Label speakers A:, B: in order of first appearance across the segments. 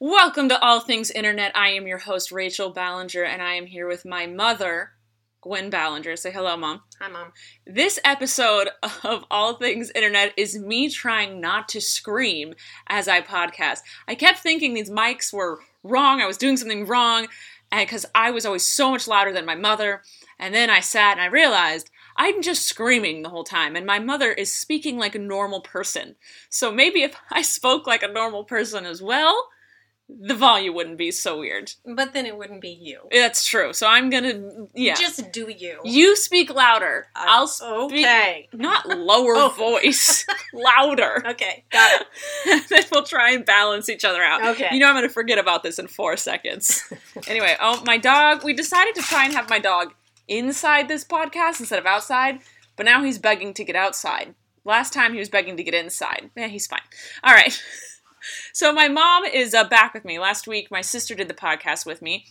A: Welcome to All Things Internet. I am your host, Rachel Ballinger, and I am here with my mother, Gwen Ballinger. Say hello, Mom.
B: Hi, Mom.
A: This episode of All Things Internet is me trying not to scream as I podcast. I kept thinking these mics were wrong, I was doing something wrong, and because I was always so much louder than my mother. And then I sat and I realized I'm just screaming the whole time, and my mother is speaking like a normal person. So maybe if I spoke like a normal person as well, the volume wouldn't be so weird.
B: But then it wouldn't be you.
A: That's true. So I'm gonna, yeah.
B: Just do you.
A: you speak louder.
B: Uh,
A: I'll speak
B: okay.
A: not lower
B: Oh.
A: voice, louder.
B: Okay, got it.
A: then we'll try and balance each other out.
B: Okay.
A: You know I'm gonna forget about this in four seconds. anyway, oh my dog. We decided to try and have my dog inside this podcast instead of outside, but now he's begging to get outside. Last time he was begging to get inside. Yeah, he's fine. All right. So my mom is uh, back with me. Last week, my sister did the podcast with me.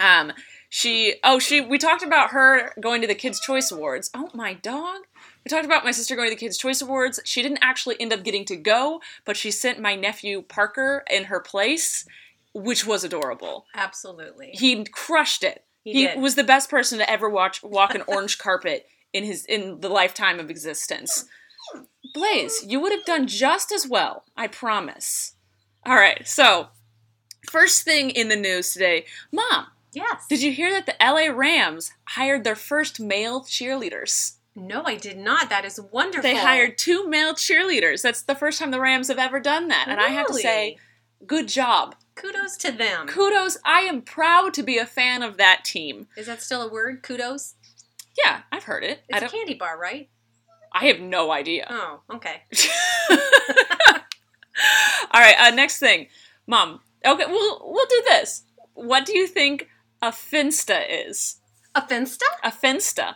A: Um, she oh she we talked about her going to the Kids Choice Awards. Oh my dog. We talked about my sister going to the Kids Choice Awards. She didn't actually end up getting to go, but she sent my nephew Parker in her place, which was adorable.
B: Absolutely.
A: He crushed it.
B: He
A: he
B: did.
A: was the best person to ever watch walk an orange carpet in his in the lifetime of existence. Blaze, you would have done just as well, I promise. All right, so first thing in the news today, Mom,
B: yes.
A: did you hear that the LA Rams hired their first male cheerleaders?
B: No, I did not. That is wonderful.
A: They hired two male cheerleaders. That's the first time the Rams have ever done that, and I have to
B: Really?
A: say, good job.
B: kudos to them.
A: Kudos. I am proud to be a fan of that team.
B: is that still a word? Kudos.
A: Yeah, I've heard it. I
B: It's a
A: don't. Uh,
B: candy bar, right?
A: I have no idea.
B: Oh, okay.
A: All right. Uh, next thing, Mom. Okay, we'll we'll do this. What do you think a finsta is?
B: A finsta?
A: A finsta.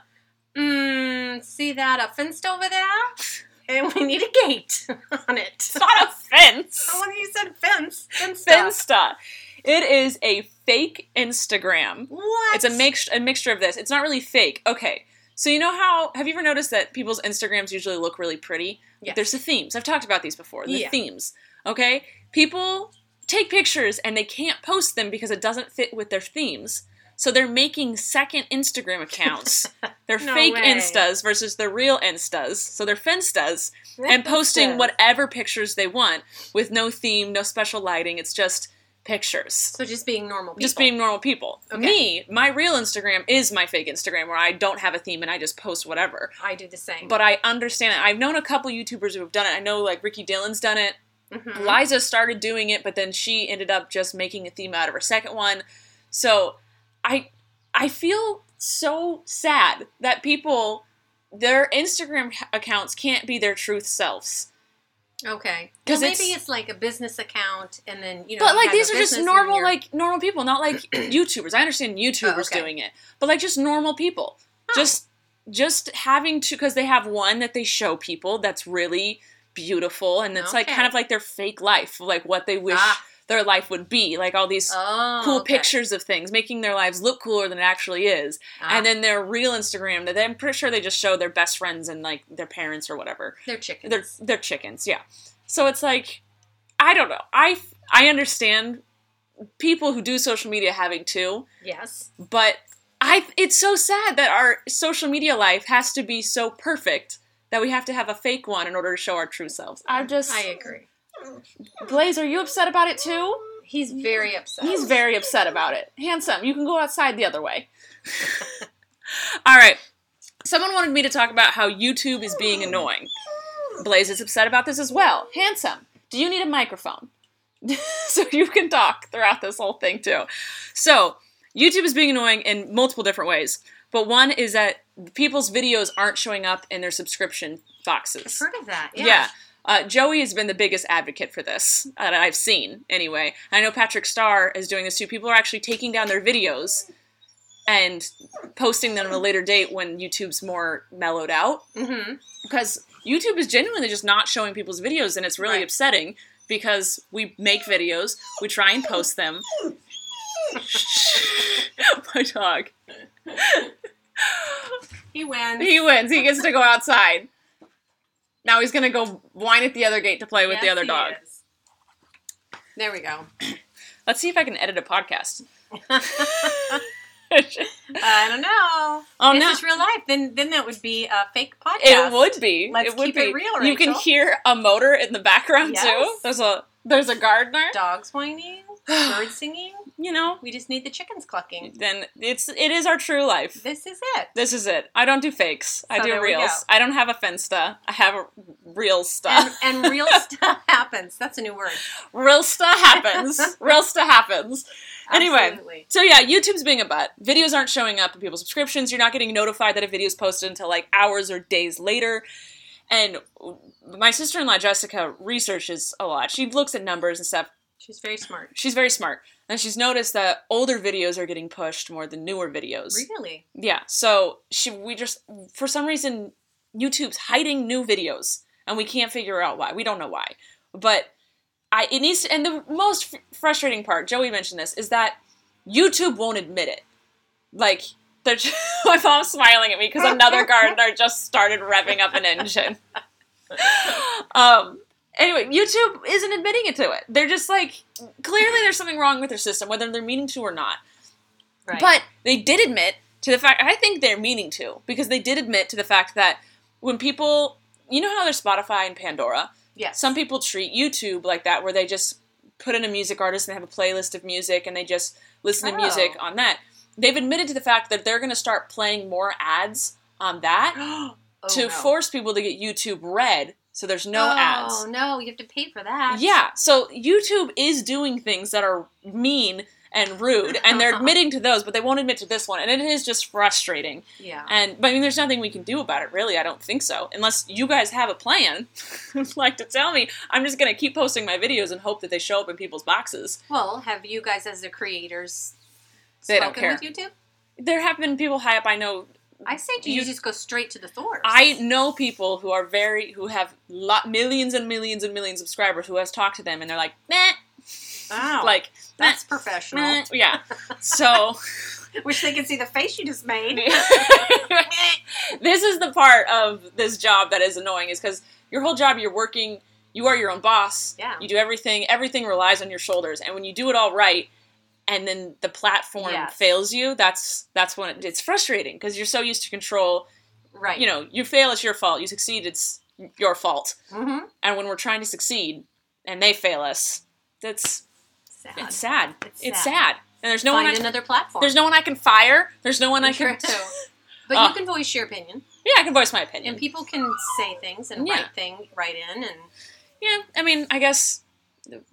B: Mmm. See that a finsta over there? And we need a gate on it.
A: It's not a fence.
B: Oh, when you said fence, finsta.
A: Finsta. It is a fake Instagram.
B: What?
A: It's a mix a mixture of this. It's not really fake. Okay. So you know how have you ever noticed that people's Instagrams usually look really pretty?
B: Yes.
A: There's the themes. I've talked about these before. The
B: Yeah.
A: themes. Okay? People take pictures and they can't post them because it doesn't fit with their themes. So they're making second Instagram accounts. they're
B: No
A: fake
B: way.
A: instas versus their real instas. So they're finstas and posting
B: Finsta.
A: whatever pictures they want with no theme, no special lighting. It's just pictures.
B: So just being normal people.
A: Just being normal people.
B: Okay.
A: Me, my real Instagram is my fake Instagram where I don't have a theme and I just post whatever.
B: I do the same.
A: But I understand that. I've known a couple YouTubers who have done it. I know like Ricky Dillon's done it.
B: Mhm.
A: Liza started doing it, but then she ended up just making a theme out of her second one. So I I feel so sad that people their Instagram accounts can't be their truth selves.
B: Okay.
A: 'Cause
B: Because
A: it's-
B: maybe it's like a business account, and then you know.
A: But
B: you
A: like
B: have a
A: these are
B: business
A: just
B: and
A: normal
B: you're-
A: like normal people, not like YouTubers. I understand YouTubers
B: Oh, okay.
A: doing it, but like just normal people.
B: Oh.
A: Just just having to because they have one that they show people that's really beautiful and it's like kind
B: Okay.
A: of like their fake life, like what they wish
B: Ah.
A: their life would be, like all these
B: oh,
A: cool
B: okay.
A: pictures of things, making their lives look cooler than it actually is.
B: Ah,
A: And then their real Instagram that they- I'm pretty sure they just show their best friends and like their parents or whatever
B: they're chickens.
A: they're they're chickens yeah so it's like i don't know i i understand people who do social media having to
B: yes.
A: but i it's so sad that our social media life has to be so perfect that we have to have a fake one in order to show our true selves i just
B: I agree.
A: blaze are you upset about it too
B: He's very upset.
A: he's very upset about it handsome you can go outside the other way all right someone wanted me to talk about how youtube is being annoying Blaze is upset about this as well. Handsome, do you need a microphone? so you can talk throughout this whole thing too. So, YouTube is being annoying in multiple different ways, but one is that people's videos aren't showing up in their subscription boxes.
B: I've heard of that. Yeah.
A: Yeah. Uh, Joey has been the biggest advocate for this uh, that I've seen, anyway. I know Patrick Starr is doing this too. People are actually taking down their videos and posting them at a later date when YouTube's more mellowed out.
B: Mm-hmm.
A: Because YouTube is genuinely just not showing people's videos, and it's really
B: Right.
A: upsetting because we make videos, we try and post them. My dog.
B: He wins.
A: He wins. He gets to go outside. Now he's gonna go whine at the other gate to play with the
B: Yes,
A: other
B: he
A: dog.
B: is. There we go.
A: Let's see if I can edit a podcast.
B: I don't know.
A: Oh,
B: this
A: no.
B: is real life. Then then that would be a fake podcast.
A: It would be.
B: Let's
A: it would
B: keep
A: be
B: it real,
A: You can
B: Rachel.
A: hear a motor in the background too.
B: Yes.
A: There's a there's a gardener.
B: Dogs whining, birds singing.
A: You know.
B: We just need the chickens clucking.
A: Then it's it is our true life.
B: This is it.
A: This is it. I don't do fakes. I
B: So
A: do
B: there we
A: reels.
B: go.
A: I don't have a Finsta. I have a real stuff.
B: And, and real stuff happens. That's a new word.
A: real stuff happens. real stuff happens. Anyway.
B: Absolutely.
A: So yeah, YouTube's being a butt. Videos aren't showing up in people's subscriptions. You're not getting notified that a video's posted until like hours or days later. And my sister-in-law Jessica researches a lot. She looks at numbers and stuff.
B: She's very smart.
A: She's very smart. And she's noticed that older videos are getting pushed more than newer videos.
B: Really?
A: Yeah. So she we just for some reason YouTube's hiding new videos and we can't figure out why. We don't know why. But I it needs to, and the most f- frustrating part, Joey mentioned this, is that YouTube won't admit it. Like they're just, my mom's smiling at me because another gardener just started revving up an engine. um anyway, YouTube isn't admitting it to it. They're just like clearly there's something wrong with their system whether they're meaning to or not.
B: Right.
A: But they did admit to the fact, I think they're meaning to, because they did admit to the fact that when people, you know how there's Spotify and Pandora?
B: yes.
A: Some people treat YouTube like that, where they just put in a music artist and they have a playlist of music and they just listen to music
B: Oh.
A: on that. They've admitted to the fact that they're going to start playing more ads on that
B: oh,
A: to
B: no.
A: force people to get YouTube red so there's no
B: oh,
A: ads.
B: no, you have to pay for that.
A: Yeah, so YouTube is doing things that are mean and rude, and they're admitting to those, but they won't admit to this one, and it is just frustrating.
B: Yeah.
A: And but I mean, there's nothing we can do about it, really. I don't think so, unless you guys have a plan, like to tell me. I'm just gonna keep posting my videos and hope that they show up in people's boxes.
B: Well, have you guys as the creators
A: They don't
B: spoken with YouTube?
A: There have been people high up I know.
B: I say to you,
A: You-
B: just go straight to the source.
A: I know people who are very who have lot, millions and millions and millions of subscribers who has talked to them, and they're like, meh,
B: Wow.
A: like meh,
B: that's professional.
A: meh. yeah. So.
B: Wish they could see the face you just made.
A: this is the part of this job that is annoying is because your whole job you're working you are your own boss
B: Yeah.
A: you do everything everything relies on your shoulders and when you do it all right and then the platform
B: Yes.
A: fails you that's that's when it, it's frustrating because you're so used to control
B: Right.
A: you know you fail it's your fault you succeed it's your fault
B: Mm-hmm.
A: and when we're trying to succeed and they fail us that's
B: Sad.
A: it's sad it's,
B: It's
A: sad.
B: sad.
A: and there's no
B: Find
A: one I,
B: another platform.
A: there's no one I can fire there's no one I
B: True.
A: can
B: But
A: Ah.
B: you can voice your opinion,
A: yeah I can voice my opinion
B: and people can say things and
A: Yeah.
B: write thing write in. And
A: Yeah, I mean, I guess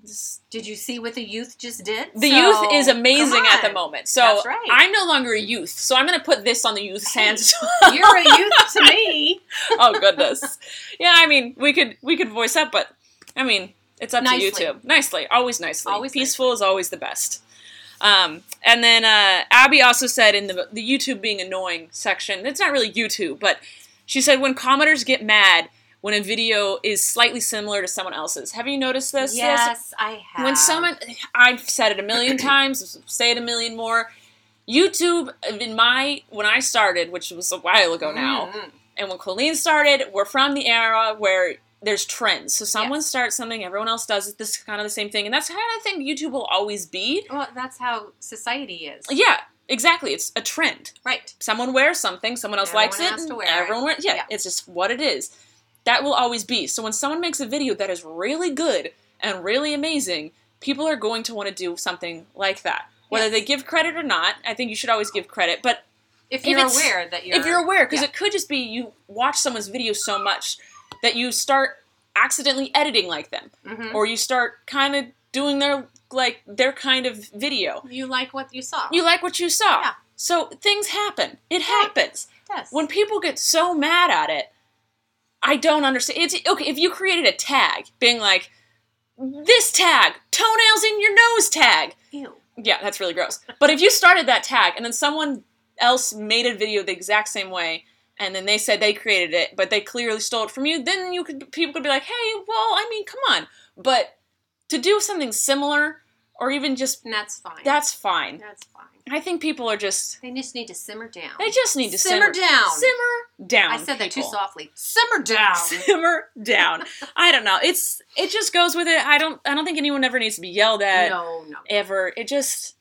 A: this-
B: did you see what the youth just did?
A: the
B: So,
A: youth is amazing
B: come
A: at the
B: on.
A: moment. So
B: That's right.
A: I'm no longer a youth, so I'm going to put this on the youth's hands.
B: You're a youth to me.
A: oh goodness. Yeah, I mean, we could we could voice up, but I mean, it's up
B: Nicely.
A: to YouTube. Nicely, always nicely.
B: Always
A: Peaceful is always the best. Um, and then uh, Abby also said in the the YouTube being annoying section, it's not really YouTube, but she said when commenters get mad when a video is slightly similar to someone else's. Have you noticed this? Liz?
B: Yes, I have.
A: when someone i've said it a million times say it a million more youtube in my when i started which was a while ago now
B: Mhm.
A: and when colleen started we're from the era where there's trends so someone
B: Yes.
A: starts something everyone else does it this is kind of the same thing and that's kind of the thing youtube will always be
B: Well, that's how society is.
A: yeah exactly it's a trend
B: Right.
A: someone wears something, someone else
B: Everyone
A: likes
B: has
A: it,
B: to wear
A: and everyone wears. Yeah,
B: Yeah.
A: it's just what it is. That will always be. So when someone makes a video that is really good and really amazing, people are going to want to do something like that. Whether
B: Yes.
A: they give credit or not, I think you should always give credit. But
B: If
A: If
B: you're
A: it's-
B: aware that you're
A: if you're aware, because
B: yeah.
A: it could just be you watch someone's video so much that you start accidentally editing like them,
B: Mhm.
A: or you start kind of doing their like their kind of video.
B: you like what you saw.
A: You like what you saw.
B: Yeah.
A: So things happen. It happens
B: yes.
A: when people get so mad at it, I don't understand. It's okay if you created a tag, being like this tag, toenails in your nose tag.
B: Ew.
A: Yeah, that's really gross. But if you started that tag and then someone else made a video the exact same way, and then they said they created it, but they clearly stole it from you, then you could people could be like, hey, well, I mean, come on. But to do something similar or even just
B: And that's fine.
A: that's fine.
B: that's fine.
A: I think people are just
B: They just need to simmer down.
A: they just need to
B: Simmer down.
A: Simmer down.
B: I said that too
A: people.
B: softly. Simmer down.
A: Simmer down. I don't know. It's it just goes with it. I don't I don't think anyone ever needs to be yelled at
B: no, no.
A: ever. It just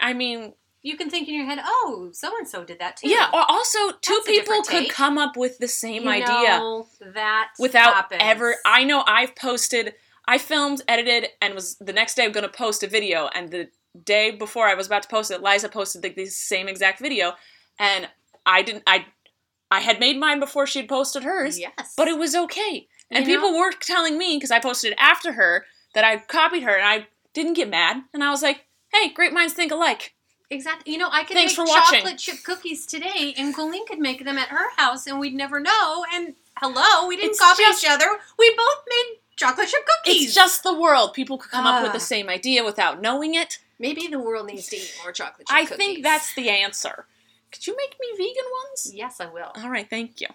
A: I mean,
B: You can think in your head, oh, so and so did that too.
A: yeah, or also two
B: That's a
A: people
B: different
A: could
B: take.
A: come up with the same
B: You
A: idea.
B: know, that
A: without
B: happens.
A: ever I know I've posted I filmed, edited, and was the next day gonna post a video and the day before I was about to post it, Liza posted the, the same exact video and I didn't I I had made mine before she had posted hers,
B: Yes.
A: but it was okay. And
B: You know?
A: people were telling me because I posted it after her that I copied her and I didn't get mad and I was like, "Hey, great minds think alike."
B: Exactly. You know, I could
A: Thanks
B: make
A: for watching.
B: chocolate chip cookies today, and Colleen could make them at her house, and we'd never know. And hello, we didn't
A: It's
B: copy
A: just-
B: each other. We both made chocolate chip cookies.
A: It's just the world. People could come up with
B: Ah.
A: the same idea without knowing it.
B: Maybe the world needs to eat more chocolate chip
A: I
B: cookies.
A: think that's the answer. Could you make me vegan ones?
B: Yes, I will.
A: All right, thank you.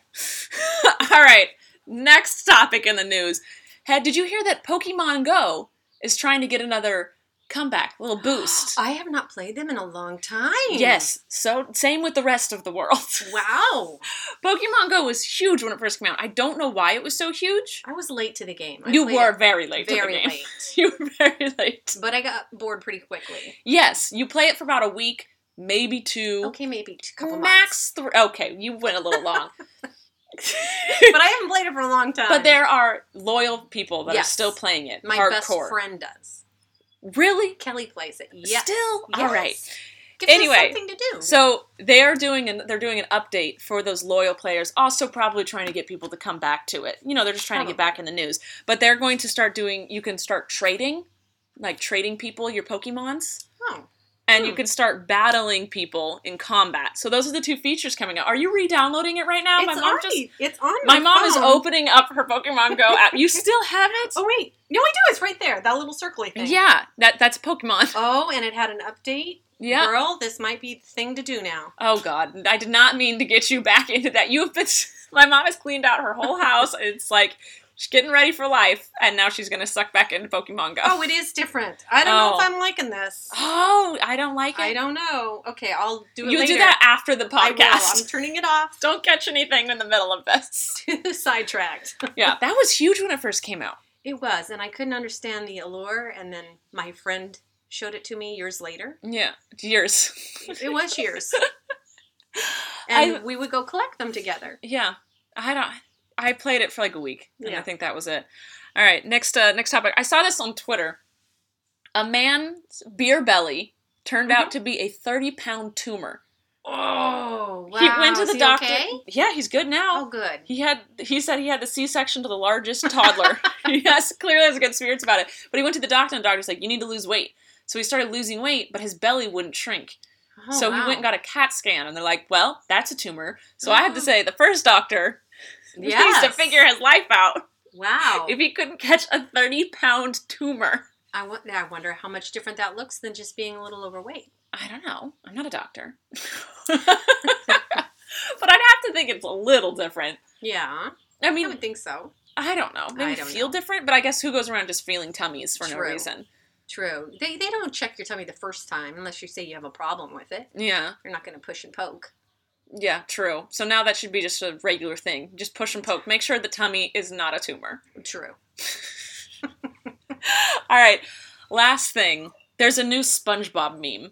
A: All right, next topic in the news. Head, did you hear that Pokemon Go is trying to get another comeback, little boost?
B: I have not played them in a long time.
A: yes, so same with the rest of the world.
B: Wow.
A: Pokemon Go was huge when it first came out. I don't know why it was so huge.
B: I was late to the game. I
A: you
B: played
A: were
B: it
A: very late to the
B: very
A: game.
B: late.
A: You were very late.
B: But I got bored pretty quickly.
A: Yes, you play it for about a week, maybe two,
B: Okay, maybe a couple months.
A: max three. Okay, you went a little long.
B: But I haven't played it for a long time.
A: But there are loyal people that
B: Yes.
A: are still playing it.
B: my
A: hardcore.
B: best friend does.
A: Really?
B: Kelly plays it. Yes.
A: Still?
B: Yes.
A: All right.
B: Gives us
A: Anyway,
B: something to do.
A: So they are doing an they're doing an update for those loyal players. Also, probably trying to get people to come back to it. You know, they're just trying to get
B: Probably.
A: back in the news. But they're going to start doing. You can start trading, like trading people your Pokemons,
B: Oh.
A: and you
B: Hmm.
A: can start battling people in combat. So those are the two features coming out. Are you re-downloading it right now?
B: It's
A: my mom
B: already,
A: just.
B: it's on
A: My mom is
B: phone.
A: opening up her Pokemon Go app. You still have it?
B: Oh wait, no, I do. It's right there. That little circly thing.
A: yeah, that that's Pokemon.
B: Oh, and it had an update.
A: Yeah.
B: Girl, this might be the thing to do now.
A: Oh God, I did not mean to get you back into that. You have been. My mom has cleaned out her whole house. It's like she's getting ready for life, and now she's gonna suck back into Pokemon Go.
B: Oh, it is different. I don't know
A: Oh.
B: if I'm liking this.
A: Oh, I don't like it.
B: I don't know. Okay, I'll do it
A: you
B: later.
A: do that after the
B: I will.
A: podcast.
B: I'm turning it off.
A: Don't catch anything in the middle of this.
B: Sidetracked.
A: Yeah, that was huge when it first came out.
B: It was, and I couldn't understand the allure. And then my friend showed it to me years later.
A: Yeah, years.
B: It was years.
A: I-
B: And we would go collect them together.
A: yeah, I don't. I played it for like a week, and I
B: Yeah.
A: think that was it. All right, next uh, next topic. I saw this on Twitter. A man's beer belly turned
B: Mm-hmm.
A: out to be a thirty pound tumor.
B: Oh, wow.
A: he went to
B: Is
A: the
B: he
A: doctor.
B: okay?
A: Yeah, he's good
B: Oh,
A: now.
B: good.
A: He had he said he had the C-section to the largest toddler. yes, clearly has good spirits about it. But he went to the doctor and the doctor's like, "You need to lose weight." So he started losing weight, but his belly wouldn't shrink.
B: Oh,
A: so he
B: wow. Oh.
A: went and got a CAT scan and they're like, "Well, that's a tumor." So I have to say the first doctor needs to
B: Yes.
A: figure his life out
B: Wow.
A: if he couldn't catch a 30-pound tumor.
B: I, w- I wonder how much different that looks than just being a little overweight.
A: I don't know. I'm not a doctor. but I'd have to think it's a little different.
B: Yeah,
A: I
B: I
A: mean,
B: would think so.
A: I don't know. Maybe
B: I don't
A: feel
B: know.
A: different, but I guess who goes around just feeling tummies for no
B: True.
A: reason?
B: True. They, they don't check your tummy the first time unless you say you have a problem with it.
A: Yeah,
B: They're not going to push and poke.
A: yeah, true. So now that should be just a regular thing. Just push and poke. Make sure the tummy is not a tumor.
B: True.
A: All right, last thing. There's a new SpongeBob meme.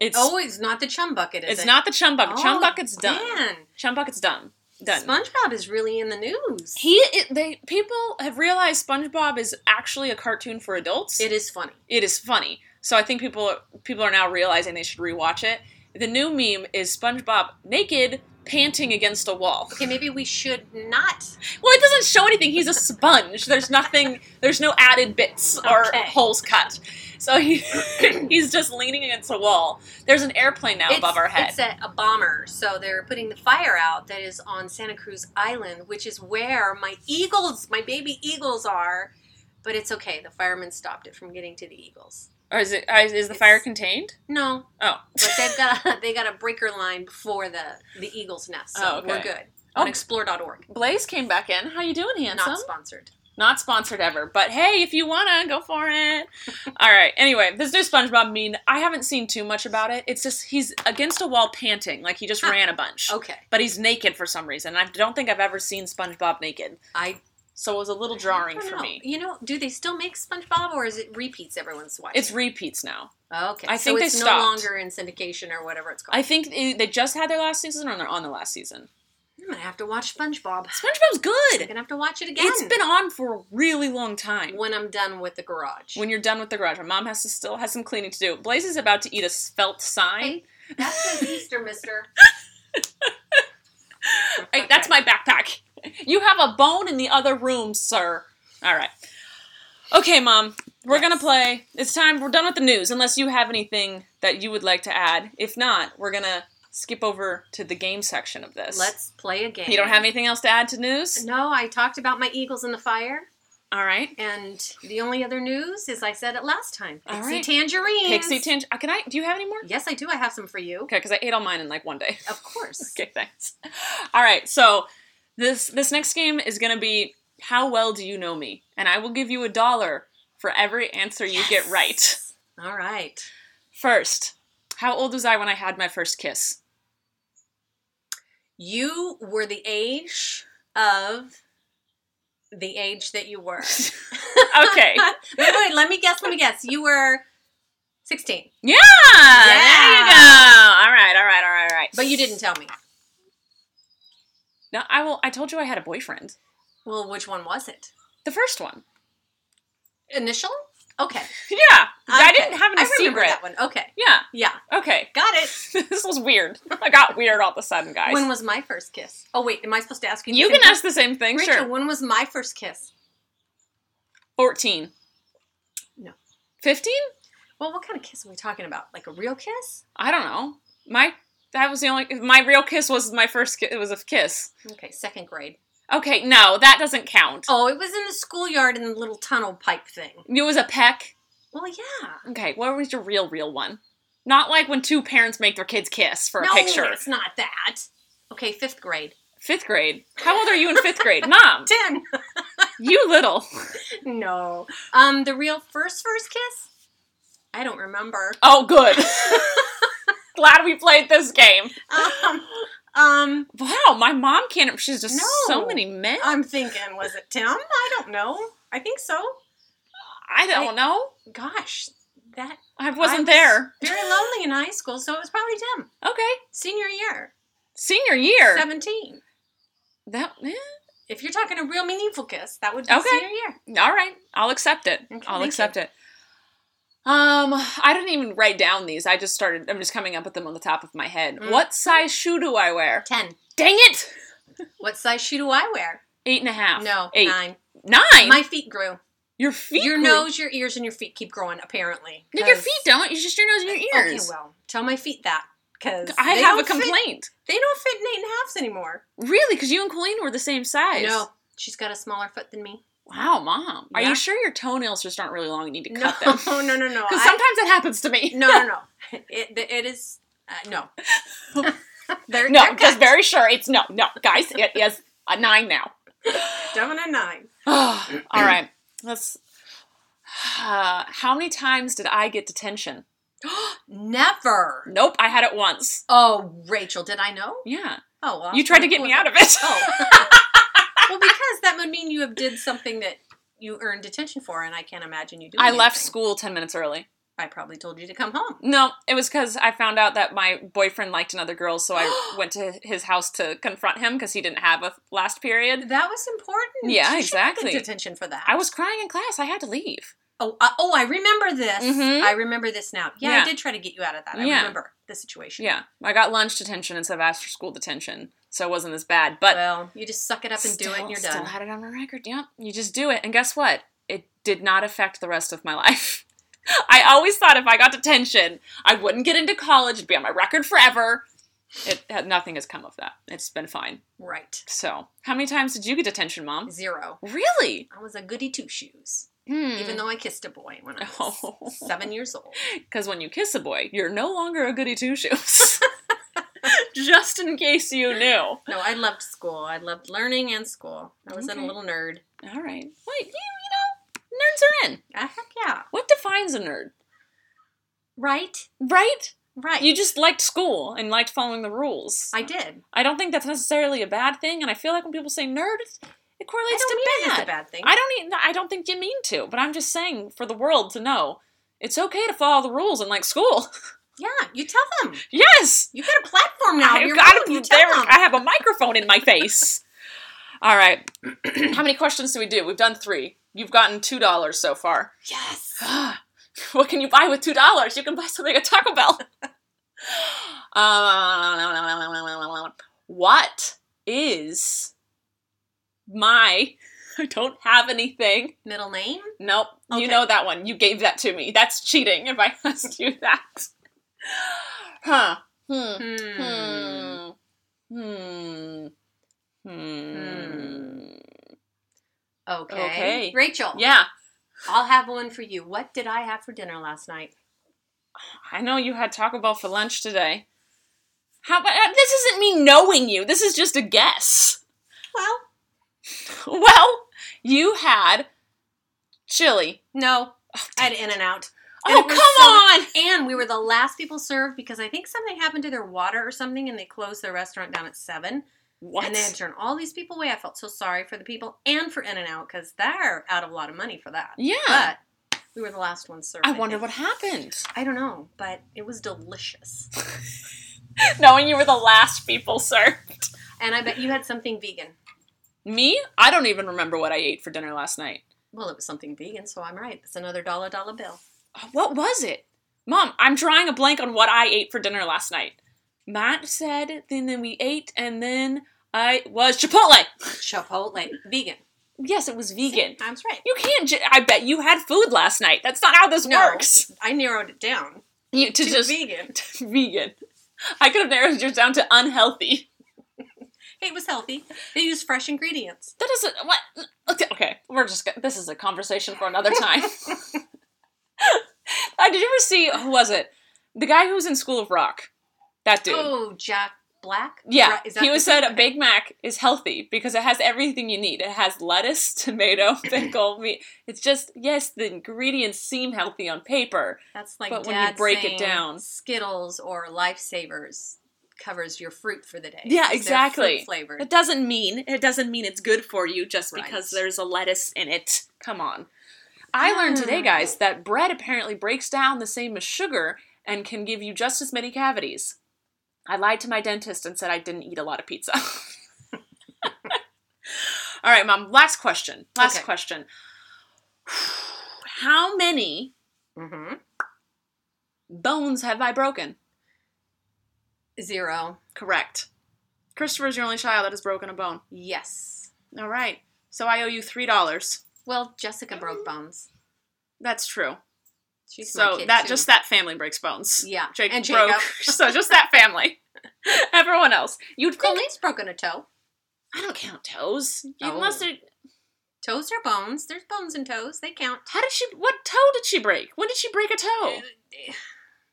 A: It's
B: Oh, it's not the chum bucket, is
A: it's
B: it?
A: not the chum bucket. chum
B: Oh,
A: bucket's done.
B: Man,
A: Chum bucket's done. Done.
B: SpongeBob is really in the news.
A: he it, they people have realized SpongeBob is actually a cartoon for adults.
B: it is funny.
A: it is funny. So I think people people are now realizing they should rewatch it. The new meme is SpongeBob naked panting against a wall.
B: Okay, maybe we should not.
A: Well, it doesn't show anything. He's a sponge. There's nothing. There's no added bits or
B: Okay.
A: holes cut. So he he's just leaning against a wall. There's an airplane now
B: It's-
A: above our head.
B: It's a, a bomber, so they're putting the fire out that is on Santa Cruz Island, which is where my eagles, my baby eagles, are. But it's okay. The firemen stopped it from getting to the eagles.
A: or is it? uh, Is the
B: it's-
A: fire contained?
B: No,
A: Oh,
B: but they've got a, they got a breaker line before the the eagle's nest, so
A: Oh, okay.
B: we're good.
A: Oh.
B: On explore.org,
A: Blaze came back in. How you doing, handsome?
B: not sponsored.
A: Not sponsored ever, but hey, if you wanna, go for it. All right. Anyway, this new SpongeBob mean I haven't seen too much about it. It's just he's against a wall panting, like he just
B: Huh. Oh.
A: ran a bunch.
B: Okay,
A: But he's naked for some reason. I don't think I've ever seen SpongeBob naked,
B: I
A: so it was a little jarring
B: I don't
A: for
B: know.
A: me.
B: You know, do they still make SpongeBob, or is it repeats every once in a while?
A: It's repeats now.
B: okay.
A: I
B: so
A: think they
B: it's no
A: stopped.
B: longer in syndication or whatever it's called.
A: I think they they just had their last season, or they're on the last season.
B: I'm gonna have to watch SpongeBob.
A: SpongeBob's
B: I'm
A: good.
B: gonna have to watch it again.
A: It's been on for a really long time.
B: when I'm done with the garage.
A: When you're done with the garage, my mom has to still has some cleaning to do. Blaze is about to eat a felt sign.
B: Hey, that says Easter, Mister.
A: Hey, that's my backpack. You have a bone in the other room, sir. All right. Okay, mom. We're
B: Yes.
A: gonna play. It's time. We're done with the news. Unless you have anything that you would like to add. If not, we're gonna skip over to the game section of this.
B: Let's play a game.
A: You don't have anything else to add to news?
B: No, I talked about my eagles in the fire,
A: All right.
B: and the only other news is I said it last time.
A: All
B: Pixie
A: right.
B: tangerines.
A: Pixie tinge. uh, Can I? Do you have any more?
B: Yes, I do. I have some for you.
A: Okay, because I ate all mine in like one day.
B: Of course.
A: okay, thanks. All right. So this this next game is gonna be how well do you know me? And I will give you a dollar for every answer you get right.
B: All right.
A: First, how old was I when I had my first kiss?
B: You were the age of the age that you were.
A: Okay.
B: wait, wait, let me guess. Let me guess. You were 16,
A: Yeah, There you go. All right, all right, all right, all right.
B: but you didn't tell me.
A: No, I will. I told you I had a boyfriend.
B: Well, which one was it?
A: The first one.
B: Initial? Okay.
A: Yeah, I
B: Okay.
A: didn't have any
B: I remember
A: secret.
B: that one. Okay.
A: Yeah.
B: Yeah.
A: Okay.
B: Got it.
A: this was weird. I got weird all of a sudden, guys.
B: When was my first kiss? Oh wait, am I supposed to ask you?
A: you
B: the same
A: can ask
B: thing?
A: the same thing.
B: Rachel,
A: Sure.
B: when was my first kiss?
A: Fourteen.
B: No.
A: Fifteen?
B: Well, what kind of kiss are we talking about? Like a real kiss?
A: I don't know. My that was the only. My real kiss was my first. Ki- it was a kiss.
B: Okay, second grade.
A: Okay. No, that doesn't count.
B: Oh, it was in the schoolyard in the little tunnel pipe thing.
A: It was a peck.
B: Well, yeah.
A: Okay, what was your real, real one? Not like when two parents make their kids kiss for a
B: no,
A: picture.
B: it's not that. Okay, fifth grade.
A: Fifth grade. How old are you in fifth grade? Mom,
B: Ten.
A: you little.
B: no. Um, the real first first kiss? I don't remember.
A: Oh, good. Glad we played this game.
B: Um, um,
A: Wow, my mom can't. She's just
B: No.
A: so many men.
B: I'm thinking, was it Tim? I don't know. I think so.
A: I don't
B: I-
A: know.
B: Gosh, that
A: I
B: I
A: wasn't
B: was
A: there.
B: Very lonely in high school, so it was probably Tim.
A: Okay.
B: Senior year,
A: Senior year.
B: 17.
A: That. eh,
B: If you're talking a real meaningful kiss, that would be
A: Okay.
B: senior year.
A: All right, I'll accept it.
B: Okay,
A: I'll
B: thank
A: accept it. Um, I didn't even write down these. I just started. I'm just coming up with them on the top of my head.
B: Mm.
A: What size shoe do I wear?
B: 10.
A: Dang it!
B: What size shoe do I wear?
A: Eight and a half.
B: No,
A: Oh, eight.
B: nine.
A: Nine.
B: My feet grew.
A: your feet.
B: your
A: grew.
B: nose, your ears, and your feet keep growing, apparently.
A: No, your
B: 'cause-
A: feet don't. It's just your nose and your
B: Okay,
A: ears.
B: well, tell my feet that. Because
A: I have a complaint.
B: they don't fit in eight and a halves anymore.
A: Really? Because you and Colleen were the same size.
B: No, she's got a smaller foot than me.
A: Wow, mom. Are
B: Yeah.
A: you sure your toenails just aren't really long? and You need to
B: No,
A: cut them.
B: no, no, no.
A: Because
B: I-
A: sometimes that happens to me.
B: no, no, no. It, it is. Uh, no. they're,
A: No,
B: they're
A: I'm just
B: cut.
A: very sure it's no, no, guys. It is a nine now.
B: Seven and nine.
A: All right. Let's. uh, how many times did I get detention?
B: Never.
A: Nope, I had it once.
B: Oh, Rachel, did I know?
A: Yeah.
B: Oh, well.
A: You tried to get me out of it.
B: Oh. well, because that would mean you have did something that you earned detention for, and I can't imagine you doing.
A: I left
B: anything.
A: school 10 minutes early.
B: I probably told you to come home.
A: No, it was because I found out that my boyfriend liked another girl, so I went to his house to confront him because he didn't have a last period.
B: That was important.
A: Yeah,
B: She shouldn't
A: exactly.
B: Get detention for that.
A: I was crying in class. I had to leave.
B: Oh, uh, oh, I remember this.
A: Mhm.
B: I remember this now. Yeah,
A: Yeah.
B: I did try to get you out of that. I
A: Yeah.
B: remember the situation.
A: Yeah, I got lunch detention instead of after school detention. so it wasn't as bad. But
B: well, you just suck it up and do it, and you're
A: still
B: done.
A: had it on my record. Yep. You just do it. And guess what? It did not affect the rest of my life. I always thought if I got detention, I wouldn't get into college. It'd be on my record forever. It had, nothing has come of that. It's been fine.
B: right.
A: So, how many times did you get detention, Mom?
B: Zero.
A: Really?
B: I was a goody two shoes,
A: Hmm.
B: even though I kissed a boy when I was
A: Oh.
B: seven years old.
A: Because when you kiss a boy, you're no longer a goody two shoes. Just in case you knew.
B: No, I loved school. I loved learning and school. I was a
A: Okay.
B: little nerd.
A: All right. Wait, you, you know, nerds are in.
B: Ah, heck yeah.
A: What defines a nerd?
B: Right?
A: Right?
B: Right.
A: You just liked school and liked following the rules.
B: I did.
A: I don't think that's necessarily a bad thing, and I feel like when people say nerd, it's- it
B: I
A: correlates
B: don't mean
A: to
B: it as
A: bad.
B: a bad thing.
A: I don't even, I don't think you mean to, but I'm just saying for the world to know it's okay to follow the rules and like school.
B: yeah, you tell them.
A: yes.
B: You got a platform now.
A: I
B: You're
A: gotta
B: old.
A: be
B: You tell
A: there.
B: them.
A: I have a microphone in my face. All right. How many questions do we do? We've done 3. You've gotten $2 so far.
B: yes.
A: what can you buy with two dollars? You can buy something at Taco Bell. um, what is my? I don't have anything.
B: Middle name?
A: Nope.
B: Okay.
A: You know that one. You gave that to me. That's cheating if I asked you that. Huh. Hmm.
B: Hmm.
A: Hmm. Hmm. Hmm.
B: Okay.
A: Okay.
B: Rachel,
A: Yeah.
B: I'll have one for you. What did I have for dinner last night?
A: I know you had Taco Bell for lunch today. How about uh, this? Isn't me knowing you. This is just a guess.
B: Well,
A: Well, you had chili.
B: no. I had In and Out.
A: Oh
B: it was so
A: come on!
B: And we were the last people served because I think something happened to their water or something and they closed their restaurant down at 7. And they had to
A: What?
B: turn all these people away. I felt so sorry for the people and for In and Out because they're out of a lot of money for that.
A: Yeah.
B: But we were the last ones served.
A: I wonder
B: think.
A: what happened.
B: I don't know, but it was delicious.
A: Knowing you were the last people served.
B: and I bet you had something vegan.
A: Me? I don't even remember what I ate for dinner last night.
B: Well, it was something vegan, so I'm right. It's another dollar dollar bill.
A: Uh, What was it? Mom, I'm drawing a blank on what I ate for dinner last night. Matt said, then then we ate, and then I was Chipotle.
B: Chipotle. vegan.
A: Yes, it was vegan.
B: I'm right.
A: You can't. Ju- I bet you had food last night. That's not how this
B: No,
A: works.
B: I narrowed it down
A: You to
B: to
A: just
B: vegan.
A: vegan. I could have narrowed yours down to unhealthy.
B: It was healthy. They used fresh ingredients.
A: That doesn't. What? Okay, okay. We're just. go- This is a conversation for another time. Uh, Did you ever see who was it? The guy who was in School of Rock. That dude.
B: Oh, Jack Black?
A: Yeah,
B: Right, is that
A: he
B: the
A: was said a
B: dude?
A: Big Mac is healthy because it has everything you need. It has lettuce, tomato, pickle, meat. It's just yes, the ingredients seem healthy on paper.
B: That's like
A: But when you
B: Dad
A: break it
B: saying
A: down-
B: Skittles or Lifesavers covers your fruit for the day.
A: Yeah,
B: because they're
A: exactly.
B: Fruit flavored.
A: It doesn't mean it doesn't mean it's good for you just
B: Right.
A: because there's a lettuce in it. Come on. I learned today,
B: Ah.
A: guys, that bread apparently breaks down the same as sugar and can give you just as many cavities. I lied to my dentist and said I didn't eat a lot of pizza. All right, mom, last question. Last
B: Okay.
A: question. How many
B: hmm
A: bones have I broken?
B: Zero.
A: Correct. Christopher's your only child that has broken a bone.
B: Yes.
A: All right. So I owe you $3.
B: Well, Jessica broke bones.
A: That's true.
B: She's my
A: so
B: kid,
A: that
B: too.
A: just that family breaks bones.
B: yeah.
A: Jake
B: and Jacob.
A: broke. so just that family. Everyone else, you'd think
B: Colleen's broken a toe.
A: I don't count toes You-
B: Oh.
A: unless they're.
B: Toes are bones. There's bones and toes. They count.
A: How did she? What toe did she break? When did she break a toe?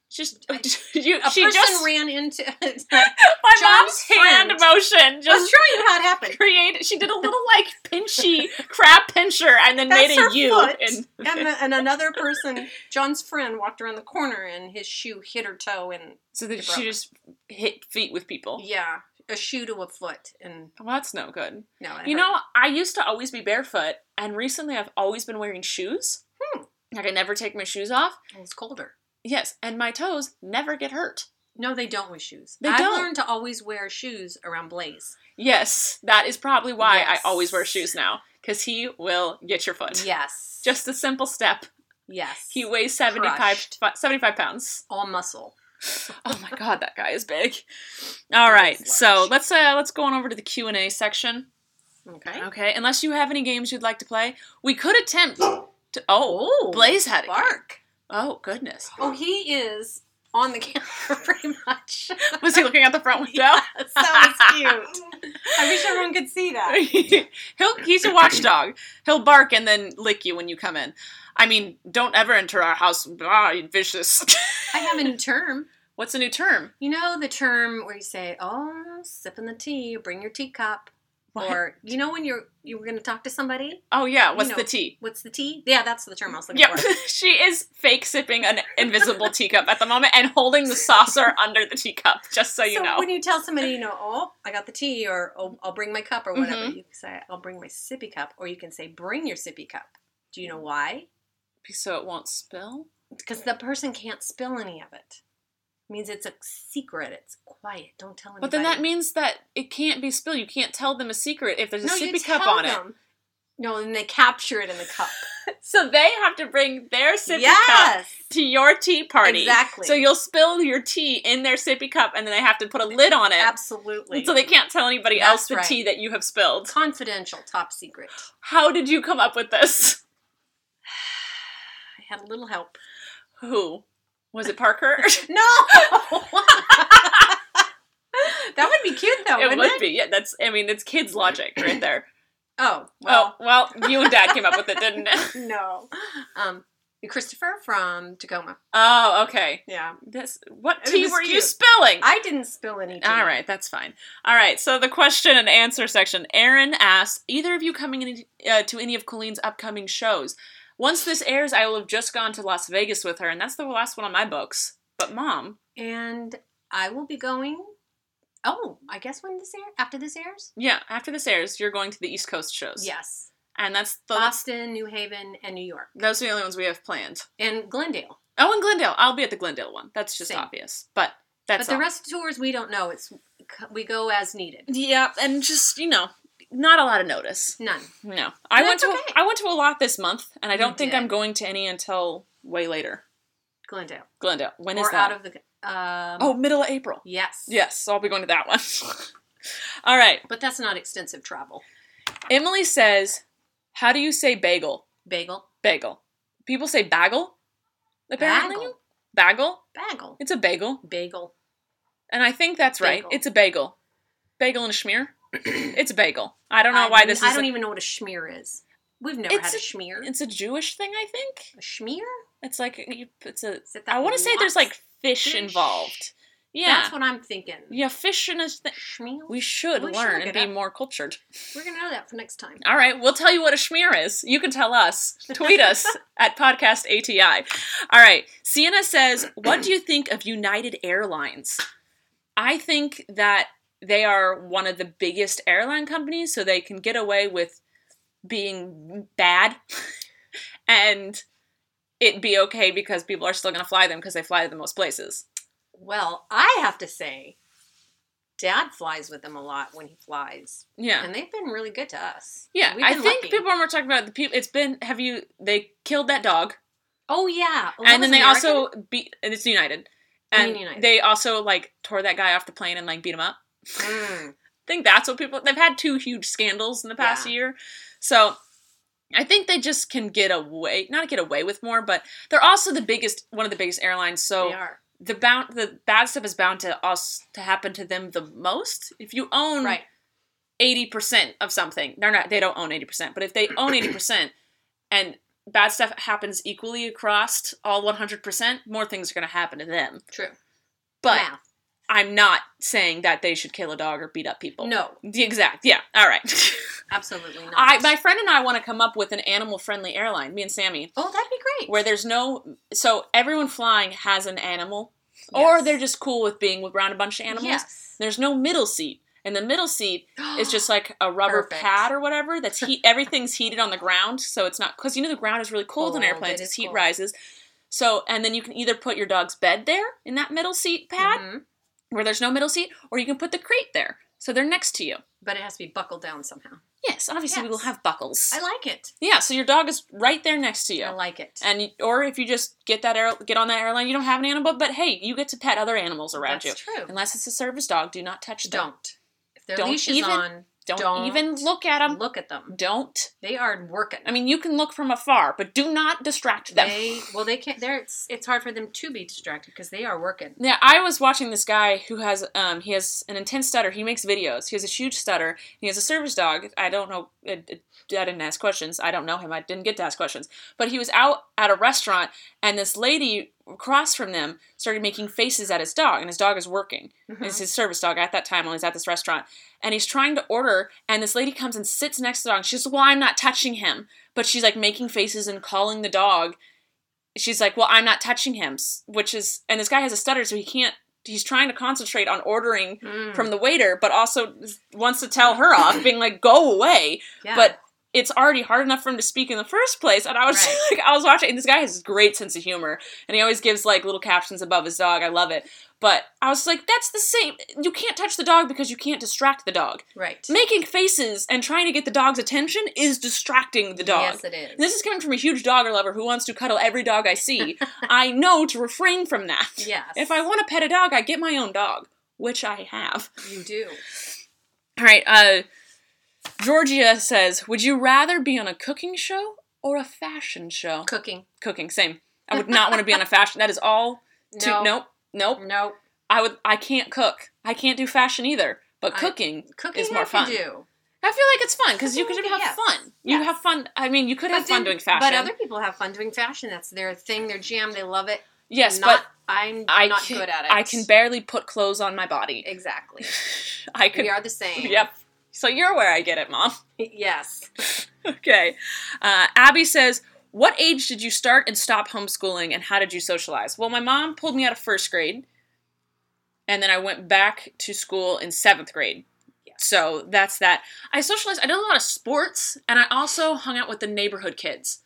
A: Just
B: I-
A: you.
B: Uh, A
A: Oh, she
B: person
A: just
B: ran into.
A: my mom's
B: John's friend.
A: hand motion
B: I was
A: just
B: showing you how it happened.
A: created. She did a little like pinchy crab pincher and then
B: That's
A: made
B: her
A: a U.
B: foot.
A: And
B: And, the- and another person, John's friend, walked around the corner and his shoe hit her toe and
A: so that
B: It
A: she
B: broke.
A: just hit feet with people.
B: yeah, a shoe to a foot and
A: Well, that's no good.
B: no. it
A: You
B: hurt.
A: know, I used to always be barefoot, and recently I've always been wearing shoes.
B: Hmm.
A: Like I never take my shoes off.
B: And it's colder.
A: Yes, and my toes never get hurt.
B: No, they don't with shoes.
A: They
B: I've
A: don't.
B: learned to always wear shoes around Blaze.
A: Yes, that is probably why
B: Yes.
A: I always wear shoes now, because he will get your foot.
B: Yes.
A: Just a simple step.
B: yes.
A: He weighs 75,
B: Crushed.
A: fi- 75 pounds.
B: all muscle.
A: oh my god, that guy is big. All right,
B: is
A: so
B: large.
A: let's uh, let's go on over to the Q and A section.
B: Okay.
A: Okay, unless you have any games you'd like to play, we could attempt to. Oh,
B: Oh,
A: Blaze had it.
B: bark.
A: Oh goodness,
B: Oh, he is on the camera pretty much.
A: was he looking out the front window?
B: That sounds cute. I wish everyone could see that.
A: He'll he's a watchdog. He'll bark and then lick you when you come in. I mean, don't ever enter our house. Ah, you vicious.
B: I have a new term.
A: What's a new term?
B: You know the term where you say, "Oh, sipping the tea, bring your teacup,"
A: What?
B: or you know when you're you were going to talk to somebody.
A: oh yeah, what's
B: you
A: the
B: know,
A: tea?
B: What's the tea? Yeah, that's the term I was looking
A: Yep,
B: for.
A: she is fake sipping an invisible teacup at the moment and holding the saucer under the teacup, just so you know.
B: when you tell somebody, you know, oh, I got the tea, or oh, I'll bring my cup, or whatever,
A: Mhm.
B: you can say, I'll bring my sippy cup, or you can say, bring your sippy cup. Do you know why?
A: so it won't spill?
B: Because the person can't spill any of it. means it's a secret. It's quiet. Don't tell anybody.
A: But then that means that it can't be spilled. You can't tell them a secret if there's a
B: no, you
A: sippy cup
B: tell
A: on
B: them. No, and they capture it in the cup.
A: it. So they have to bring their sippy cup
B: yes,
A: to your tea party.
B: exactly.
A: So you'll spill your tea in their sippy cup and then they have to put a lid on it.
B: absolutely
A: So they can't tell anybody
B: That's
A: else the
B: right.
A: tea that you have spilled.
B: confidential, top secret.
A: How did you come up with this?
B: I had a little help.
A: Who? Was it Parker?
B: No, that would be cute though.
A: it
B: wouldn't
A: would
B: it?
A: be. Yeah, that's I mean, it's kids logic right there.
B: Oh well.
A: oh, well, you and dad came up with it, didn't it?
B: no. Um, Christopher from Tacoma.
A: Oh, okay.
B: Yeah.
A: This what
B: It
A: tea
B: was
A: were you
B: cute.
A: spilling?
B: I didn't spill any. tea.
A: All right, that's fine. All right, so the question and answer section. Aaron asks, either of you coming in, uh, to any of Colleen's upcoming shows? Once this airs, I will have just gone to Las Vegas with her, and that's the last one on my books. But mom,
B: And I will be going. Oh, I guess when this air after this airs.
A: yeah, after this airs, you're going to the East Coast shows.
B: Yes.
A: and that's the last.
B: Boston, New Haven, and New York,
A: Those are the only ones we have planned.
B: and Glendale.
A: Oh, and Glendale. I'll be at the Glendale one. That's just
B: Same.
A: obvious. But that's
B: but the
A: all.
B: rest of the tours we don't know. It's we go as needed.
A: Yeah, and just you know, not a lot of notice.
B: None.
A: No, I went
B: that's
A: to
B: okay.
A: I went to a lot this month, and I
B: You
A: don't think
B: did.
A: I'm going to any until way later.
B: Glendale.
A: Glendale, when
B: or
A: is that?
B: out of the. Um,
A: oh, middle of April.
B: Yes.
A: Yes, so I'll be going to that one. All right.
B: But that's not extensive travel.
A: Emily says, "How do you say bagel?
B: Bagel.
A: Bagel. People say bagel. Apparently,
B: Bagel.
A: bagel.
B: Bagel.
A: It's a bagel,
B: Bagel.
A: and I think that's right.
B: Bagel.
A: It's a bagel. Bagel and a schmear. it's a bagel. I don't know
B: I-
A: why this
B: I
A: is.
B: don't
A: a-
B: even know what a schmear is. We've never
A: It's
B: had a
A: a-
B: schmear.
A: it's a Jewish thing, I think.
B: a schmear?
A: It's like you- it's a.
B: Is it that
A: I want to say there's
B: lots?
A: like fish,
B: Fish.
A: involved. Yeah,
B: That's what I'm thinking.
A: yeah, fish in a. Th-
B: Schmear?
A: we should
B: We should
A: learn
B: look
A: and
B: it
A: be
B: up.
A: more cultured.
B: We're gonna know that for next time.
A: All right, we'll tell you what a schmear is. You can tell us. Tweet us at podcast ATI. All right, Sienna says, "What do you think of United Airlines?" I think that they are one of the biggest airline companies, so they can get away with being bad, and it be okay because people are still going to fly them because they fly to the most places.
B: Well, I have to say, Dad flies with them a lot when he flies,
A: Yeah.
B: and they've been really good to us.
A: Yeah,
B: We've
A: I
B: been
A: think
B: lucky.
A: people are more talking about the people. It's been have you? They killed that dog.
B: Oh yeah, Oh, that
A: and then
B: was
A: they
B: American?
A: also beat and it's united
B: I mean
A: and
B: United.
A: they also like tore that guy off the plane and like beat him up
B: Mm.
A: i think that's what people they've had two huge scandals in the past
B: Yeah.
A: year so i think they just can get away not get away with more but they're also the biggest one of the biggest airlines so
B: they are
A: the bound the bad stuff is bound to us to happen to them the most if you own
B: right.
A: 80% of something they're not they don't own 80% but if they own 80% and bad stuff happens equally across all 100% more things are going to happen to them
B: True,
A: but
B: Math.
A: I'm not saying that they should kill a dog or beat up people.
B: no,
A: The exact. Yeah. All right.
B: absolutely not.
A: I my friend and I want to come up with an animal friendly airline. Me and Sammy,
B: oh, that'd be great.
A: where there's no so everyone flying has an animal,
B: Yes.
A: or they're just cool with being around a bunch of animals.
B: Yes.
A: There's no middle seat, and the middle seat is just like a rubber
B: Perfect.
A: pad or whatever. That's heat. Everything's heated on the ground, so it's not because you know the ground is really cold, in
B: Cold,
A: airplanes
B: it
A: as
B: is
A: heat
B: cold.
A: rises. So and then you can either put your dog's bed there in that middle seat pad
B: Mhm.
A: where there's no middle seat, or you can put the crate there. So they're next to you.
B: but it has to be buckled down somehow.
A: Yes, obviously we will
B: Yes.
A: have buckles.
B: I like it.
A: yeah, so your dog is right there next to you.
B: I like it.
A: and you- or if you just get that air, get on that airline, you don't have an animal, but hey, you get to pet other animals around
B: That's
A: you.
B: true.
A: Unless it's a service dog, do not touch them.
B: Don't. If their
A: Don't
B: leash is
A: even-
B: on,
A: Don't,
B: Don't.
A: even look at them.
B: look at them.
A: Don't.
B: They are working.
A: I mean, you can look from afar, but do not distract them.
B: they well, they can't. They're it's, it's hard for them to be distracted because they are working.
A: Yeah, I was watching this guy who has um he has an intense stutter. He makes videos. He has a huge stutter. and He has a service dog. I don't know. I I- I didn't ask questions. I don't know him. I didn't get to ask questions. But he was out at a restaurant, and this lady across from them started making faces at his dog, and his dog is working.
B: Mm-hmm.
A: It's his service dog at that time when he's at this restaurant, and he's trying to order, and this lady comes and sits next to the dog. and She's like, "Well, I'm not touching him," but she's like making faces and calling the dog she's like, "Well, I'm not touching him," s- which is and this guy has a stutter, so he can't. He's trying to concentrate on ordering
B: Mm,
A: from the waiter, but also wants to tell her off, being like, "Go away."
B: yeah.
A: But it's already hard enough for him to speak in the first place. And I was
B: Right.
A: like, I was watching, and this guy has a great sense of humor, and he always gives like little captions above his dog. I love it. But I was like, that's the same. You can't touch the dog because you can't distract the dog.
B: right.
A: Making faces and trying to get the dog's attention is distracting the dog.
B: Yes, it is.
A: This is coming from a huge dogger lover who wants to cuddle every dog I see. I know to refrain from that.
B: Yes.
A: If I want to pet a dog, I get my own dog, which I have.
B: you do.
A: All right, uh Georgia says, "Would you rather be on a cooking show or a fashion show?"
B: Cooking.
A: cooking, same. I would not want to be on a fashion. That is all too
B: No. Mm.
A: nope. Nope.
B: No.
A: I would I can't cook. I can't do fashion either. But
B: I-
A: cooking
B: Cooking
A: is more
B: I
A: fun.
B: can do.
A: I feel like it's fun because you could
B: Cooking,
A: have
B: yes.
A: fun. You
B: Yes.
A: have fun. I mean, you could have
B: But
A: fun
B: then-
A: doing fashion.
B: But other people have fun doing fashion. That's their thing, their jam. They love it.
A: yes,
B: not,
A: but
B: I'm
A: I
B: not
A: can,
B: good at it.
A: I can barely put clothes on my body.
B: Exactly.
A: I could.
B: We are the same.
A: Yep. So you're where I get it, mom.
B: yes.
A: okay. Uh, Abby says, "What age did you start and stop homeschooling, and how did you socialize?" Well, my mom pulled me out of first grade, and then I went back to school in seventh grade. So that's that. I socialized. I did a lot of sports, and I also hung out with the neighborhood kids.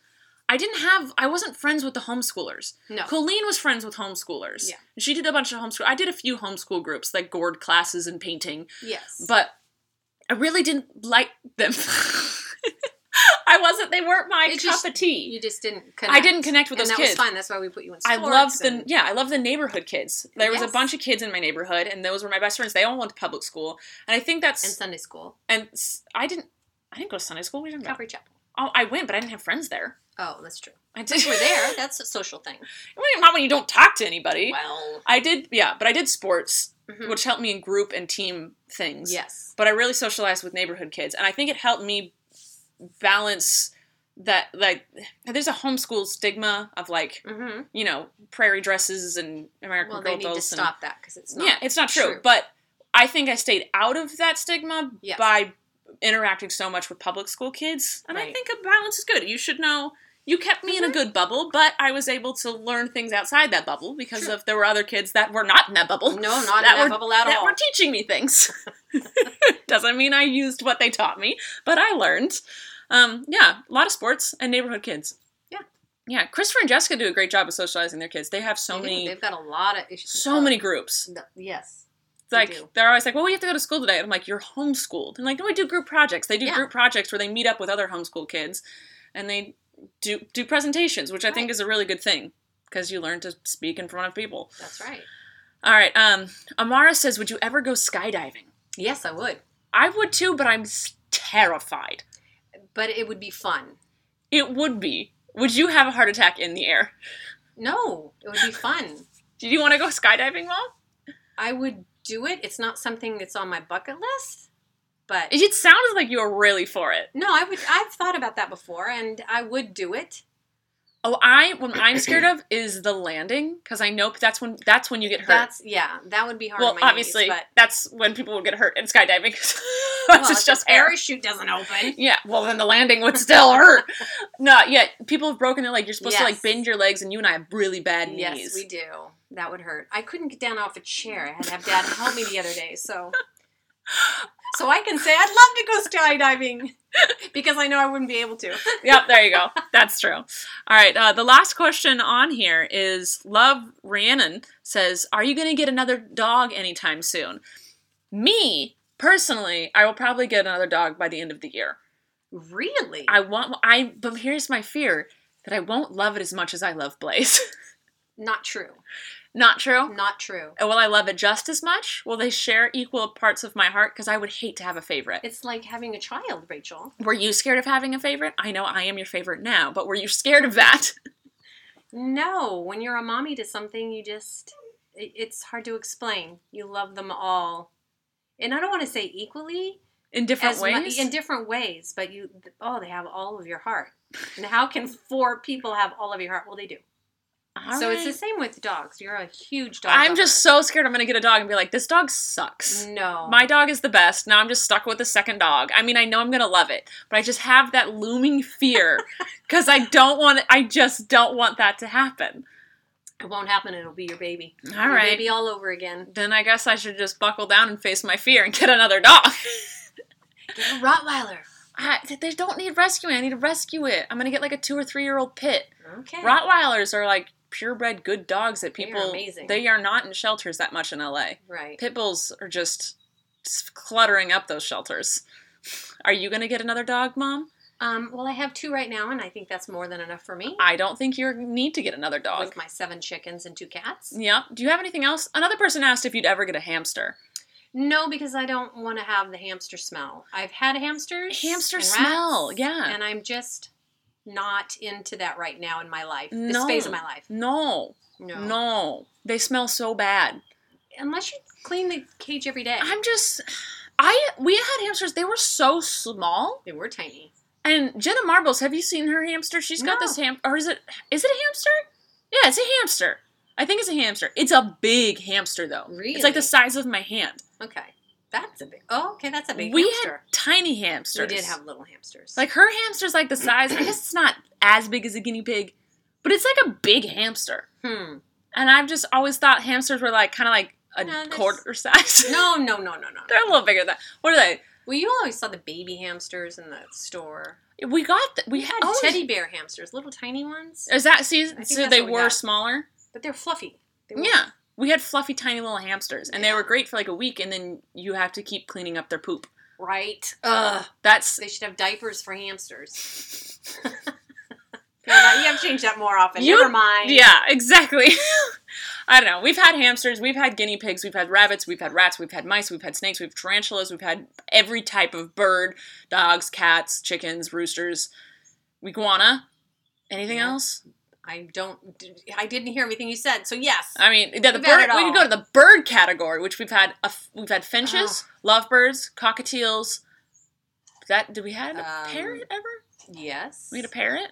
A: I didn't have. I wasn't friends with the homeschoolers.
B: No.
A: Colleen was friends with homeschoolers.
B: Yeah.
A: She did a bunch of homeschool. I did a few homeschool groups, like gourd classes and painting,
B: Yes.
A: but I really didn't like them. I wasn't. They weren't my
B: It
A: cup
B: just-
A: of tea.
B: you just didn't connect.
A: I didn't connect with
B: and
A: those
B: that
A: kids.
B: was fine. That's why we put you in
A: I
B: sports.
A: loved the
B: and-
A: yeah. I loved the neighborhood kids. There was
B: Yes.
A: a bunch of kids in my neighborhood, and those were my best friends. They all went to public school, and I think
B: and
A: that's
B: Sunday school.
A: and, s I didn't. I didn't go to Sunday school. What are you talking about?
B: Calvary Chapel.
A: Oh, I went, but I didn't have friends there.
B: Oh, that's true.
A: I did.
B: We're there. That's a social thing.
A: Not when you don't talk to anybody.
B: Well.
A: I did, yeah, but I did sports,
B: Mhm.
A: which helped me in group and team things.
B: Yes.
A: but I really socialized with neighborhood kids, and I think it helped me balance that. Like, there's a homeschool stigma of like
B: Mm-hmm.
A: you know prairie dresses and American
B: Well,
A: Girl
B: they need to
A: dolls and-
B: stop that because it's not.
A: yeah, it's not true,
B: true.
A: But I think I stayed out of that stigma
B: Yes.
A: by interacting so much with public school kids, and I
B: Right. Mm-hmm.
A: think a balance is good. You should know. You kept me in a good bubble, but I was able to learn things outside that bubble because
B: True.
A: of there were other kids that were not in that bubble.
B: No, not in that
A: were,
B: bubble at
A: that
B: all.
A: were teaching me things. Doesn't mean I used what they taught me, but I learned. Um, yeah, a lot of sports and neighborhood kids.
B: Yeah.
A: Yeah, Christopher and Jessica do a great job of socializing their kids. They have so
B: They do.
A: many,
B: They've got a lot of issues.
A: so many groups.
B: No, yes.
A: It's
B: They
A: like
B: do.
A: they're always like, "Well, we have to go to school today." And I'm like, "You're homeschooled." And like, no, we do group projects. They do
B: Yeah.
A: group projects where they meet up with other homeschool kids, and they do do presentations, which I think
B: Right.
A: is a really good thing because you learn to speak in front of people.
B: That's right.
A: All right, um, Amara says, "Would you ever go skydiving?"
B: Yes, I would.
A: I would too, but I'm s- terrified.
B: But it would be fun.
A: It would be. Would you have a heart attack in the air?
B: No, it would be fun.
A: Do you want to go skydiving, Mom?
B: I would do it. It's not something that's on my bucket list, but
A: It sounds like you're really for it.
B: no, I would. I've thought about that before, and I would do it.
A: Oh, I what I'm scared of is the landing because I know that's when that's when you get hurt.
B: That's yeah. That would be hard.
A: Well,
B: on my
A: obviously,
B: knees, but
A: that's when people would get hurt in skydiving.
B: well,
A: it's
B: if
A: just
B: the
A: air.
B: parachute doesn't open.
A: Yeah, well, then the landing would still hurt. no, yeah, people have broken their leg. You're supposed to like
B: Yes.
A: bend your legs, and you and I have really bad knees.
B: Yes, we do. That would hurt. I couldn't get down off a chair. I had to have Dad help me the other day. So, so I can say I'd love to go skydiving because I know I wouldn't be able to.
A: yep, there you go. That's true. All right, uh, the last question on here is Love Rhiannon says, Are you going to get another dog anytime soon? Me, Personally, I will probably get another dog by the end of the year.
B: Really?
A: I want I but here's my fear that I won't love it as much as I love Blaze.
B: Not true.
A: Not true.
B: Not true.
A: And Will I love it just as much? Will they share equal parts of my heart? Because I would hate to have a favorite.
B: It's like having a child, Rachel.
A: were you scared of having a favorite? I know I am your favorite now, but were you scared of that?
B: No, when you're a mommy to something, you just, it, it's hard to explain. You love them all. And I don't want to say equally,
A: In different
B: as mu-
A: ways?
B: in different ways, but you, oh, they have all of your heart. And how can four people have all of your heart? Well, they do.
A: All
B: so it's
A: right.
B: the same with dogs. You're a huge dog. Mm.
A: I'm
B: lover.
A: just so scared I'm going to get a dog and be like, this dog sucks.
B: no.
A: My dog is the best. Now I'm just stuck with the second dog. I mean, I know I'm going to love it, but I just have that looming fear because I don't want I just don't want that to happen.
B: it won't happen. It'll be your baby.
A: All
B: your
A: right.
B: baby all over again.
A: Then I guess I should just buckle down and face my fear and get another dog.
B: Get a Rottweiler.
A: I, they don't need rescuing. I need to rescue it. I'm going to get like a two or three year old pit.
B: Okay.
A: Rottweilers are like purebred good dogs that
B: They are
A: people
B: amazing.
A: they are not in shelters that much in LA.
B: right.
A: Pit bulls are just s- cluttering up those shelters. Are you going to get another dog, mom?
B: Um, well, I have two right now, and I think that's more than enough for me.
A: I don't think you need to get another dog.
B: With my seven chickens and two cats.
A: Yep. Do you have anything else? Another person asked if you'd ever get a hamster.
B: No, because I don't want to have the hamster smell. I've had hamsters.
A: Hamster
B: and
A: smell,
B: rats,
A: yeah.
B: And I'm just not into that right now in my life. This
A: No.
B: phase of my life.
A: No.
B: No.
A: No. They smell so bad.
B: Unless you clean the cage every day.
A: I'm just I we had hamsters. They were so small.
B: they were tiny.
A: And Jenna Marbles, have you seen her hamster? She's got
B: No.
A: this ham, or is it is it a hamster? Yeah, it's a hamster. I think it's a hamster. It's a big hamster though. It's like
B: Really?
A: the size of my hand.
B: Okay. That's a big. Oh, okay. That's a big
A: we
B: hamster.
A: had tiny hamsters.
B: We did have little hamsters.
A: like her hamster's like the size. I guess it's not as big as a guinea pig, but it's like a big hamster.
B: hmm.
A: And I've just always thought hamsters were like kind of like a
B: No, there's-
A: quarter size.
B: No, no, no, no, no.
A: they're a little bigger than that. What are they?
B: Well, you always saw the baby hamsters in the store.
A: We got th- we
B: We
A: had
B: had
A: always- Uh,
B: teddy bear hamsters, little tiny ones,
A: Is that see?
B: Oh, think
A: So
B: that's
A: they
B: what we
A: were
B: got.
A: smaller.
B: but they're fluffy. They were-
A: Yeah. We had fluffy, tiny little hamsters, and they
B: Yeah.
A: were great for like a week, and then you have to keep cleaning up their poop.
B: Right. Ugh.
A: That's
B: They should have diapers for hamsters. No, not- you have to change that more often.
A: You-
B: Never mind.
A: yeah, exactly. I don't know. We've had hamsters, we've had guinea pigs, we've had rabbits, we've had rats, we've had mice, we've had snakes, we've tarantulas, we've had every type of bird, dogs, cats, chickens, roosters, iguana. Anything
B: Yeah.
A: else?
B: I don't. I didn't hear everything you said. So yes.
A: I mean, the, the
B: We've had
A: bird,
B: it
A: we
B: all.
A: could go to the bird category, which we've had a f we've had finches,
B: Oh.
A: lovebirds, cockatiels. That did we have a
B: Um,
A: parrot ever?
B: yes.
A: We had a parrot.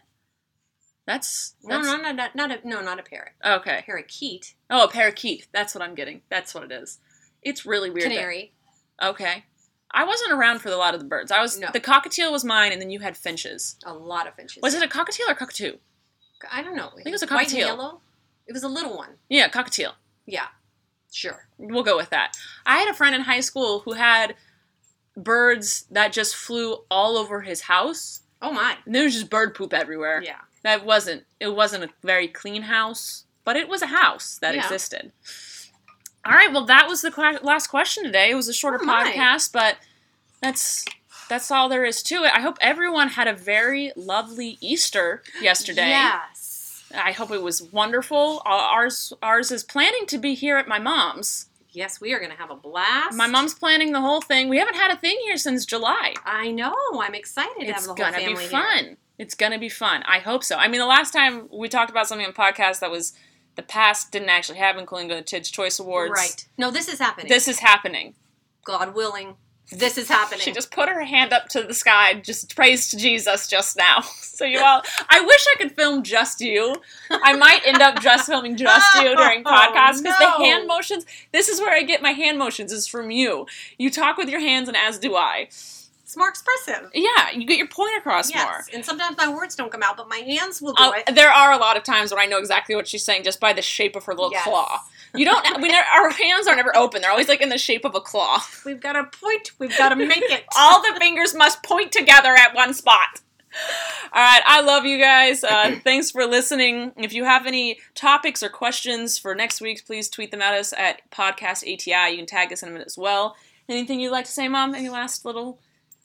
A: That's,
B: No,
A: that's
B: no, no, not, not a no, not a parrot. A
A: okay.
B: parakeet,
A: Oh, a parakeet. That's what I'm getting. That's what it is. It's really weird. that-
B: canary.
A: okay. I wasn't around for a lot of the birds. I was
B: No.
A: the cockatiel was mine, and then you had finches.
B: A lot of finches.
A: Was it a cockatiel or cockatoo?
B: I don't know. I think
A: it was a
B: White and
A: cockatiel.
B: yellow. It was a little one.
A: Yeah, cockatiel.
B: Yeah. Sure.
A: We'll go with that. I had a friend in high school who had birds that just flew all over his house.
B: Oh my.
A: And there was just bird poop everywhere.
B: Yeah.
A: That wasn't it wasn't a very clean house, but it was a house that
B: Yeah.
A: existed. All right, well that was the cla- last question today. It was a shorter
B: Oh, my.
A: podcast, but that's that's all there is to it. I hope everyone had a very lovely Easter yesterday.
B: Yes.
A: I hope it was wonderful. Uh, Ours ours is planning to be here at my mom's.
B: Yes, we are going to have a blast.
A: My mom's planning the whole thing. We haven't had a thing here since July.
B: I know. I'm excited to have
A: it's
B: the whole
A: gonna
B: family
A: be
B: here.
A: fun. It's gonna be fun. I hope so. I mean, the last time we talked about something on the podcast that was the past didn't actually happen, including the Tid's Choice Awards.
B: Right. No, this is happening.
A: This is happening.
B: God willing, this is happening.
A: She just put her hand up to the sky and just praised Jesus just now. So you all, I wish I could film just you. I might end up just filming just you during
B: Oh,
A: podcasts because
B: no.
A: the hand motions. This is where I get my hand motions. Is from you. You talk with your hands, and as do I.
B: it's more expressive.
A: Yeah, you get your point across
B: yes.
A: more.
B: And sometimes my words don't come out, but my hands will do
A: Uh,
B: it.
A: there are a lot of times when I know exactly what she's saying just by the shape of her little
B: Yes.
A: claw. You don't. We never, our hands are never open. They're always like in the shape of a claw.
B: We've got to point. We've got to make it.
A: All the fingers must point together at one spot. All right, I love you guys. Uh, thanks for listening. If you have any topics or questions for next week, please tweet them at us at podcast ATI. You can tag us in them as well. Anything you'd like to say, Mom? Any last little